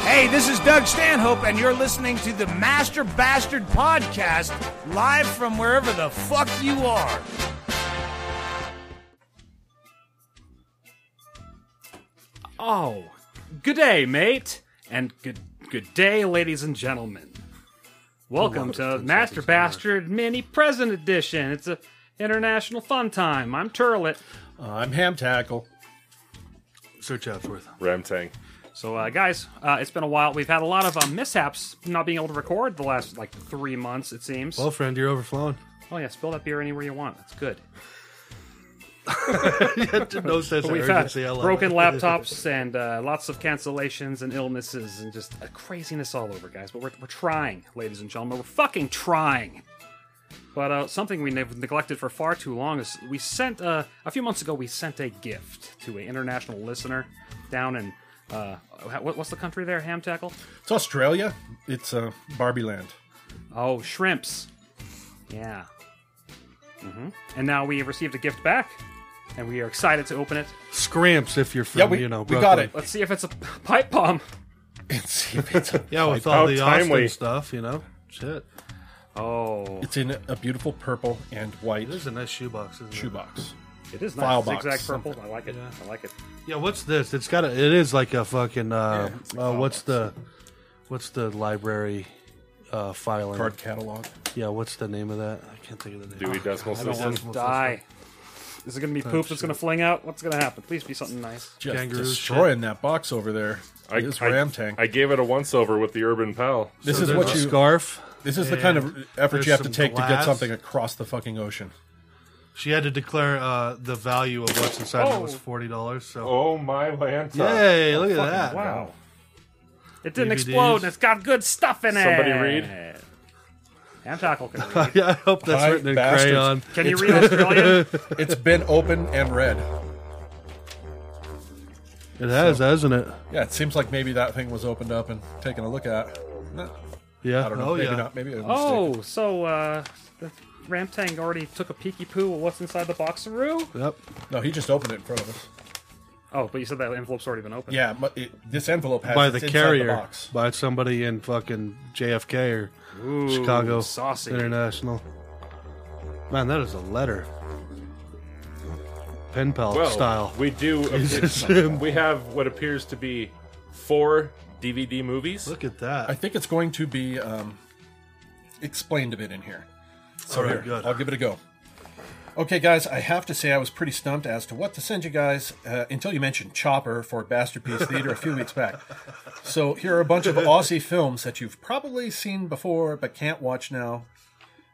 Hey, this is Doug Stanhope, and you're listening to the Master Bastard Podcast live from wherever the fuck you are. Oh, good day, mate, and good good day, ladies and gentlemen. Welcome to Master Bastard Mini Present Edition. It's a international fun time. I'm Turlet. I'm Ham Tackle. Sir Chatsworth. Ramtang. So, uh, guys, uh, it's been a while. We've had a lot of uh, mishaps not being able to record the last like three months, it seems. Well, friend, you're overflowing. Oh yeah, spill that beer anywhere you want. That's good. no sense of We've had urgency. I love broken it. laptops and uh, lots of cancellations and illnesses and just uh, craziness all over, guys. But we're, we're trying, ladies and gentlemen. We're fucking trying. But uh, something we nev- neglected for far too long is we sent uh, a few months ago. We sent a gift to an international listener down in uh, what, what's the country there? Ham tackle? It's Australia. It's uh, Barbie Land. Oh, shrimps. Yeah. hmm And now we have received a gift back, and we are excited to open it. Scramps, if you're from, Yeah, we- you know, we got Brooklyn. Let's see if it's a pipe bomb. It's, it's, Yeah, with How all the timely. Austin stuff, you know. Shit. Oh, it's in a beautiful purple and white There's a nice shoebox, isn't it? shoebox. It is File nice. box, Zigzag purple. I like it. Yeah. I like it. Yeah, what's this? It's got a, it is like a fucking, uh, uh what's the, what's the library, uh, filing? Card catalog. Yeah, what's the name of that? I can't think of the name. Dewey Decimal System. Die. Is it going to Oh, be poop that's going to fling out? What's going to happen? Please be something nice. Just Kangaroo destroying that box over there. I, this I- ram tank. I gave it a once over with the Urban Pal. this So is there's what a you. scarf. This is the kind of and effort there's you have to some take to get glass. something across the fucking ocean. She had to declare uh, the value of what's inside. Oh. It was forty dollars. So Oh my lanta! yay! Look at that. Wow. It didn't DVDs. explode, and it's got good stuff in Somebody it. read. Ham tackle can read. Yeah, I hope that's Hi, written in bastards. crayon. Can you read Australian? It's been open and read. It has, hasn't it? Yeah, it seems like maybe that thing was opened up and taken a look at. No, Yeah. I don't know. Oh maybe yeah. not. Maybe it was a mistake. oh, so uh, the Ramtang already took a peeky poo. at What's inside the boxaroo? Yep. Oh. No, he just opened it in front of us. Oh, but you said that envelope's already been opened. Yeah, but it, this envelope has By it's the inside carrier, The box. by somebody in fucking JFK or Chicago saucy. International. Man, that is a letter. Pen pal Well, style. We do. Jesus. we have what appears to be four DVD movies. Look at that. I think it's going to be um, explained a bit in here. So All right, here, good. I'll give it a go. Okay, guys, I have to say I was pretty stumped as to what to send you guys uh, until you mentioned Chopper for Bastard Piece Theater a few weeks back. So here are a bunch of Aussie films that you've probably seen before but can't watch now.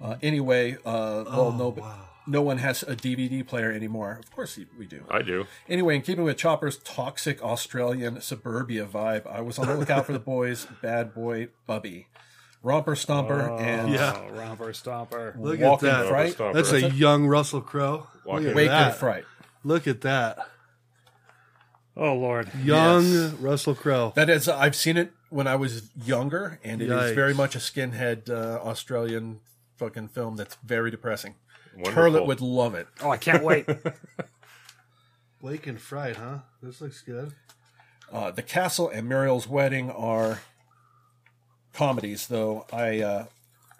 Uh, anyway, uh, Oh, well, no, no one has a DVD player anymore. Of course we do. I do. Anyway, in keeping with Chopper's toxic Australian suburbia vibe, I was on the lookout for the boys' bad boy Bubby, Romper Stomper, and yeah. Oh, romper stomper. Look at Walking that. Fright. Stomper. That's a young Russell Crowe. Look Walking at Wake that. and Fright. Look at that. Oh lord. Young Yes. Russell Crowe. That is, I've seen it when I was younger, and it is Yikes. very much a skinhead uh, Australian fucking film that's very depressing. Wonderful. Turlet would love it. Oh, I can't wait. Wake and Fright, huh? This looks good. Uh, the Castle and Muriel's Wedding are comedies, though I uh,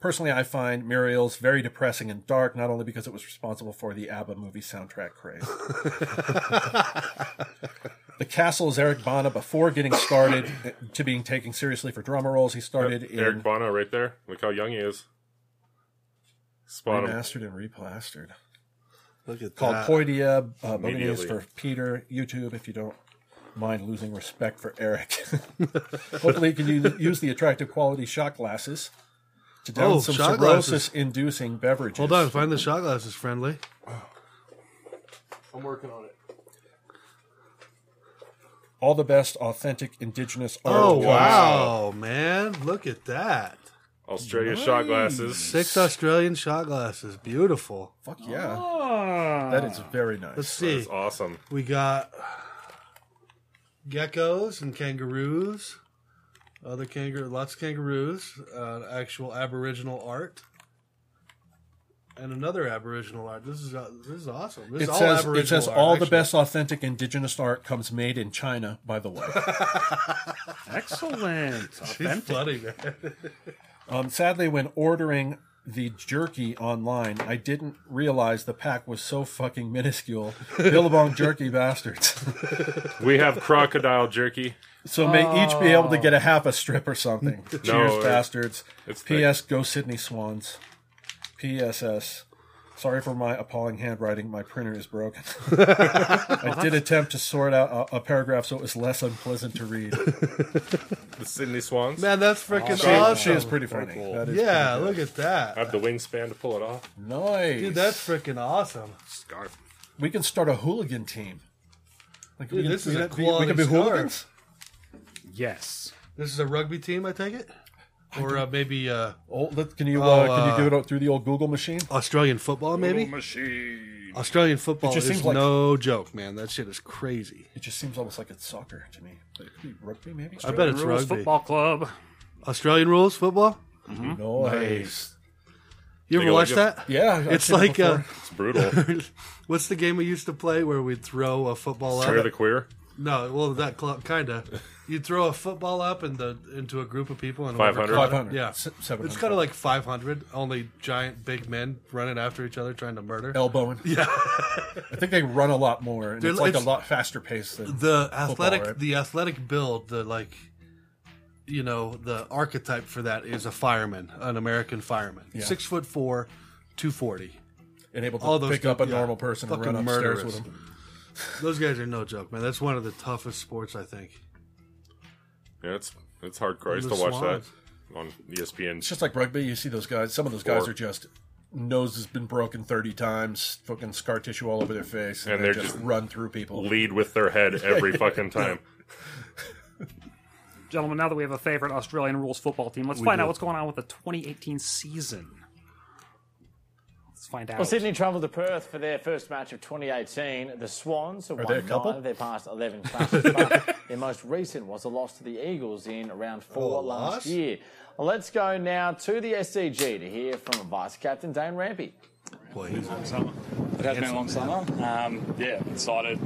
personally I find Muriel's very depressing and dark, not only because it was responsible for the ABBA movie soundtrack craze. the Castle is Eric Bana before getting started eh, to being taken seriously for drama roles. He started in Eric Bono right there. Look how young he is. Spot him. remastered and replastered. Look at Um, Called that. Poidia, uh, Bodegas Immediately. for Peter, YouTube, if you don't mind losing respect for Eric. Hopefully, you can u- use the attractive quality shot glasses to down Oh, some shot glasses. cirrhosis inducing beverages. Hold on, find the shot glasses friendly. I'm working on it. All the best authentic indigenous art. Oh comes- wow, man! Look at that. Australia shot glasses. Six Australian shot glasses. Beautiful. Fuck yeah. Ah. That is very nice. Let's see. That's awesome. We got geckos and kangaroos. Other kangaroo, lots of kangaroos. Uh, actual Aboriginal art. and another Aboriginal art. This is uh, this is awesome. This is It all says, Aboriginal it says art, all the actually. best authentic indigenous art comes made in China, by the way. Excellent. Uh, He's Authentic. funny, man. Um, sadly, when ordering the jerky online, I didn't realize the pack was so fucking minuscule. Billabong jerky bastards. We have crocodile jerky. So may each be able to get a half a strip or something. Cheers, it- bastards. it's thick. P.S. Go Sydney Swans. P.S.S. Sorry for my appalling handwriting. My printer is broken. I did attempt to sort out a, a paragraph so it was less unpleasant to read. The Sydney Swans. Man, that's freaking She, awesome. she is pretty funny. cool. That is yeah, pretty look at that, I have the wingspan to pull it off. good. nice. dude. That's freaking awesome. Scarf. we can start a hooligan team. Like, Dude, this is a could be- quality we could be scarf. hooligans. Yes. This is a rugby team, I take it, or uh, maybe uh, Oh, let, can you uh, Oh, can you uh, do it through the old Google machine? Australian football, maybe. Australian football It just is seems like- no joke, man. That shit is crazy. It just seems almost like it's soccer to me. But it could be rugby, maybe. I bet it's Rules rugby. Football Club. Australian rules football. Nice. You Take ever a watch look that? at- Yeah, I've it's seen it like uh, before. It's brutal. what's the game we used to play where we'd throw a football up? Tear the queer. No, well that cl- kind of. You'd throw a football up and the into a group of people and whoever 500. caught it- 500. Yeah, S- 700. it's kind of like five hundred, only giant big men running after each other trying to murder. elbowing. Yeah, I think they run a lot more, and They're- it's like it's- a lot faster pace than the athletic, right? the athletic build, the like, you know, the archetype for that is a fireman, an American fireman, six foot four, two forty. and able to all those pick up a yeah, normal person and fucking run upstairs murderous. with them. Those guys are no joke, man. That's one of the toughest sports, I think. Yeah, it's it's hardcore. I used The to watch Swans. that on E ESPN. It's just like rugby. You see those guys. Some of those guys Or- are just nose has been broken thirty times, fucking scar tissue all over their face, and, And they they're just just- run through people. lead with their head every fucking time. Gentlemen, now that we have a favorite Australian rules football team, let's find out what's going on with the 2018 season. Let's find out. Well, Sydney travelled to Perth for their first match of 2018. The Swans have Are they a won couple? nine of their past 11 clashes, but their most recent was a loss to the Eagles in round four Oh, a last loss? year. Let's go now to the SCG to hear from Vice Captain Dane Rampy. Boy, he's a summer. It has been a long summer. Um, yeah, excited.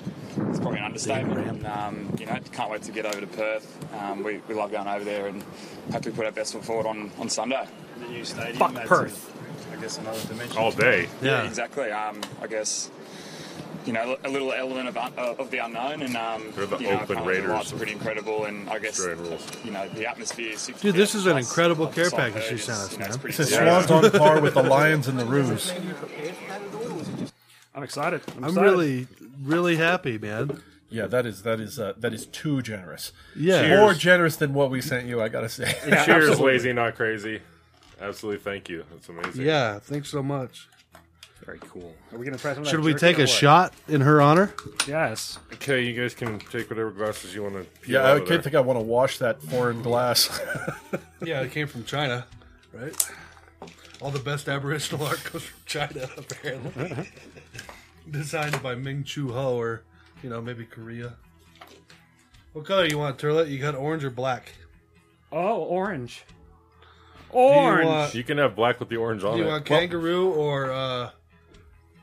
It's probably an understatement. And, um, you know, can't wait to get over to Perth. Um, we, we love going over there and hope we put our best foot forward on, on Sunday. the new stadium. Fuck that's Perth. a- I guess another dimension. All day. Yeah. exactly. Um, I guess, you know, a little element of, un- of the unknown. And, um, They're the you know, Oakland Carlton Raiders Lights are of pretty incredible. And I guess, Australian rules. you know, the atmosphere. 60 Dude, this is an plus, incredible like, care soft package heard you is, sent us, you know, it's man. pretty It says serious. swans on par with the lions and the ruse. I'm excited. I'm, I'm excited. really, really happy, man. Yeah, that is that is uh, that is too generous. Yeah. more Cheers. generous than what we sent you. I gotta say. Cheers, lazy, not crazy. Absolutely, thank you. That's amazing. Yeah, thanks so much. very cool. Are we gonna try some? of that Should we jerky take or a what? shot in her honor? Yes. Okay, you guys can take whatever glasses you want to. yeah, I can't think I want to wash that foreign glass. Yeah, it came from China, right? All the best Aboriginal art comes from China, apparently. Designed by Ming Chu Ho, or you know maybe Korea. What color you want, Turlet? You got orange or black? Oh, orange. Do you Orange. uh, want- You can have black with the orange on Do you it. want kangaroo or uh,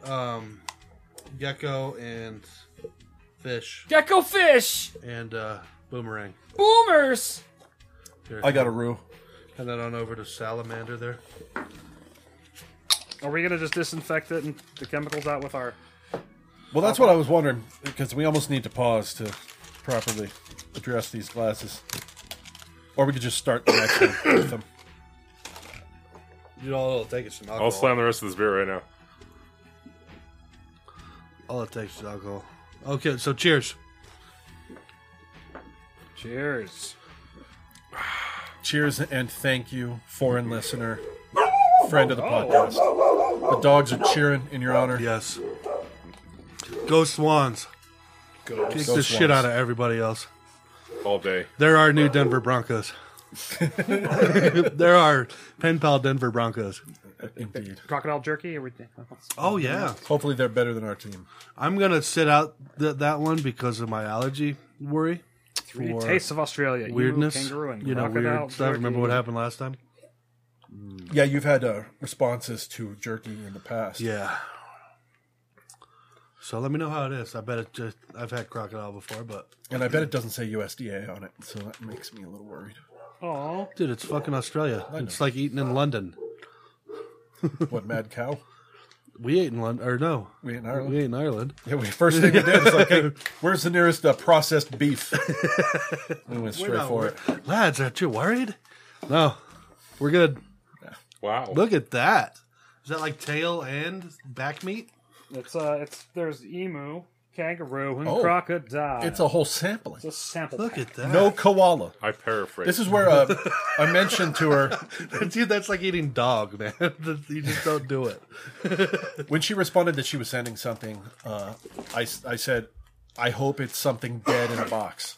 um, gecko and fish Gecko fish. and uh, boomerang? Boomers. Here, I got a rue. hand that on over to salamander there. Are we gonna just disinfect it and the chemicals out with our? Well, that's Uh-huh. what I was wondering because we almost need to pause to properly address these glasses, or we could just start the next one with them. You all it'll take is some alcohol. I'll slam the rest of this beer right now. All it takes is alcohol. Okay, so cheers. Cheers. Cheers and thank you, foreign listener, friend of the podcast. The dogs are cheering in your honor. Yes. Go Swans. Kick Go the shit Swans. out of everybody else. All day. There are new Denver Broncos. there are pen pal Denver Broncos. Indeed. Crocodile jerky. Everything. Oh yeah. Hopefully, they're better than our team. I'm gonna sit out th- that one because of my allergy worry, Three tastes of Australia. Emu, weirdness, kangaroo, and you know, crocodile weird stuff. Remember jerky. what happened last time? Yeah, you've had uh, responses to jerky in the past. Yeah. So let me know how it is. I bet it just, I've had crocodile before, but And I bet it doesn't say USDA on it, so that makes me a little worried. Oh, dude, it's fucking Australia. It's like eating in London. What, mad cow? We ate in London, or no, We in we Ireland? ate in Ireland. Yeah, we, first thing we did is like, hey, where's the nearest uh, processed beef? we went straight not for it. Lads, aren't you worried? No, we're good. Wow. Look at that. Is that like tail and back meat? it's uh, it's there's emu, kangaroo, and Oh. crocodile. It's a whole sampling. It's a sample. Look pack. at that. No koala. I paraphrase. This is where uh, I mentioned to her dude, that's like eating dog, man. you just don't do it. when she responded that she was sending something. Uh, I s- I said, I hope it's something dead in a box,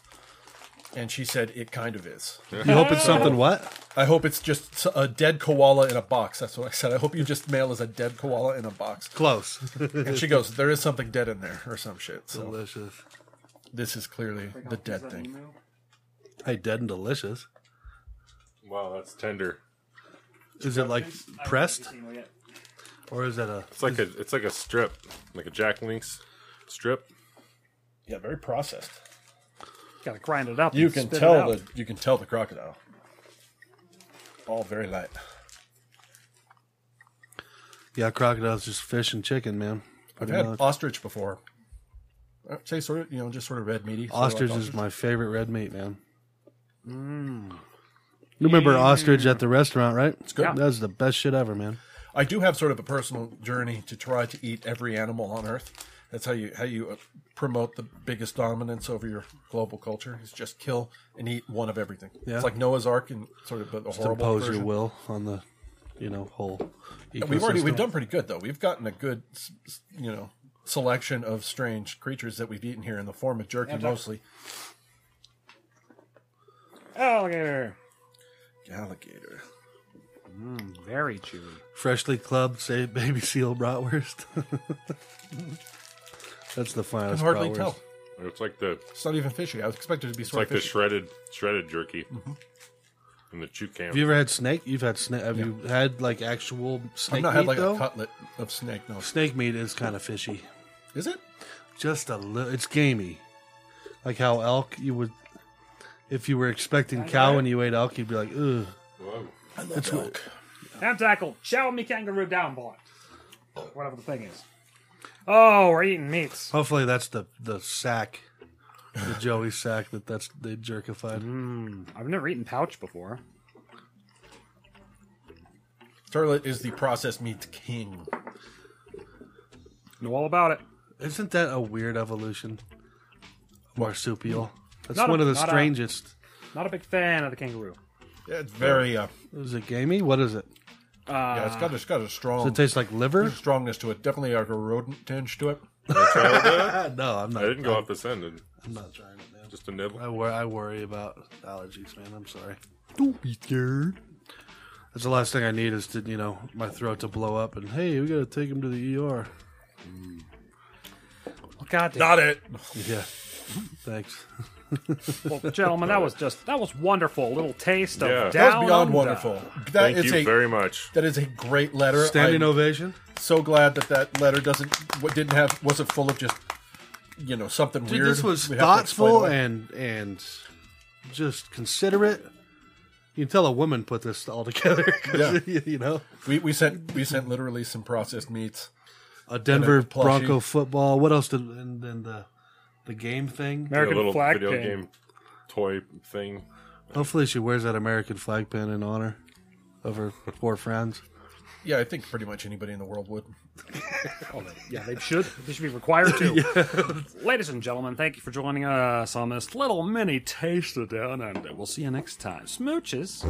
and she said it kind of is. You hope it's something what? I hope it's just s- a dead koala in a box. That's what I said. I hope you just mail us a dead koala in a box. Close. And she goes, there is something dead in there or some shit. So delicious. this is clearly the dead thing. Hey, dead and delicious. wow, that's tender. Is it like pressed, or is that a? It's like a it's like a strip, like a Jack Link's strip. Yeah, very processed. Gotta grind it up. You and can spit it tell out. the you can tell the crocodile. All very light. Yeah, crocodiles just fish and chicken, man. I've Pretty had much. ostrich before. I'd say sort of, you know, just sort of red meaty. so I like Ostrich is my favorite red meat, man. Mmm. You remember ostrich at the restaurant, right? It's good. Mmm. Yeah. That was the best shit ever, man. I do have sort of a personal journey to try to eat every animal on Earth. That's how you how you uh, promote the biggest dominance over your global culture is just kill and eat one of everything. Yeah. It's like Noah's Ark and sort of the the To horrible impose your version. will on the, you know, whole. And we've already we've ecosystem. done pretty good though. We've gotten a good s- s- you know selection of strange creatures that we've eaten here in the form of jerky mostly. Oh, alligator. Alligator. Very chewy. freshly clubbed, say baby seal bratwurst. That's the I finest. can hardly bratwurst. tell. It's like the it's It's not even fishy. I was expected to be sort like of the fishy. shredded shredded jerky and the chew Mm-hmm. Have you ever had snake? You've had snake. Have you had like actual snake I've not meat had like though? a cutlet of snake. No, snake meat is kind of fishy. is it? Just a little. It's gamey, like how elk you would. If you were expecting cow and you ate elk, you'd be like, ugh. It's elk. Ham tackle. Chow me kangaroo down, boy. Whatever the thing is. Oh, we're eating meats. Hopefully, that's the the sack, the Joey sack that that's they jerkified. I've never eaten pouch before. Turlet is the processed meat king. Know all about it. Isn't that a weird evolution? Marsupial. That's Not a- one of the not a- strangest. Not a big fan of the kangaroo. Yeah, it's very. Uh, Is it gamey? What is it? yeah, it's got it's got a Does strong it taste like liver? strongness to it. Definitely like a rodent tinge to it. I Ah, no, I'm not. didn't go off this end. and I'm not trying it, man. Just a nibble. I, wor- I worry about allergies, man. I'm sorry. Don't be scared. That's the last thing I need is to, you know, my throat to blow up and, hey, we got to take him to the ER. Well, goddamn. Got it. Yeah. Thanks. Well, gentlemen, that was just that was wonderful. little taste of Yeah. down That was beyond Under. wonderful. That is Thank you a very much. that is a great letter. Standing I'm ovation. so glad that that letter doesn't what didn't have wasn't full of just you know something Dude, weird. this was we have to explain thoughtful away. and and just considerate. You can tell a woman put this all together. 'cause, you know, we, we sent we sent literally some processed meats. a Denver plushie. Bronco football. What else did and then the the game thing? A American little flag video pin. game toy thing. Hopefully, she wears that American flag pin in honor of her four friends. Yeah, I think pretty much anybody in the world would. Yeah, they should. They should be required to. Ladies and gentlemen, thank you for joining us on this little mini taste of down under. We'll see you next time. Smooches.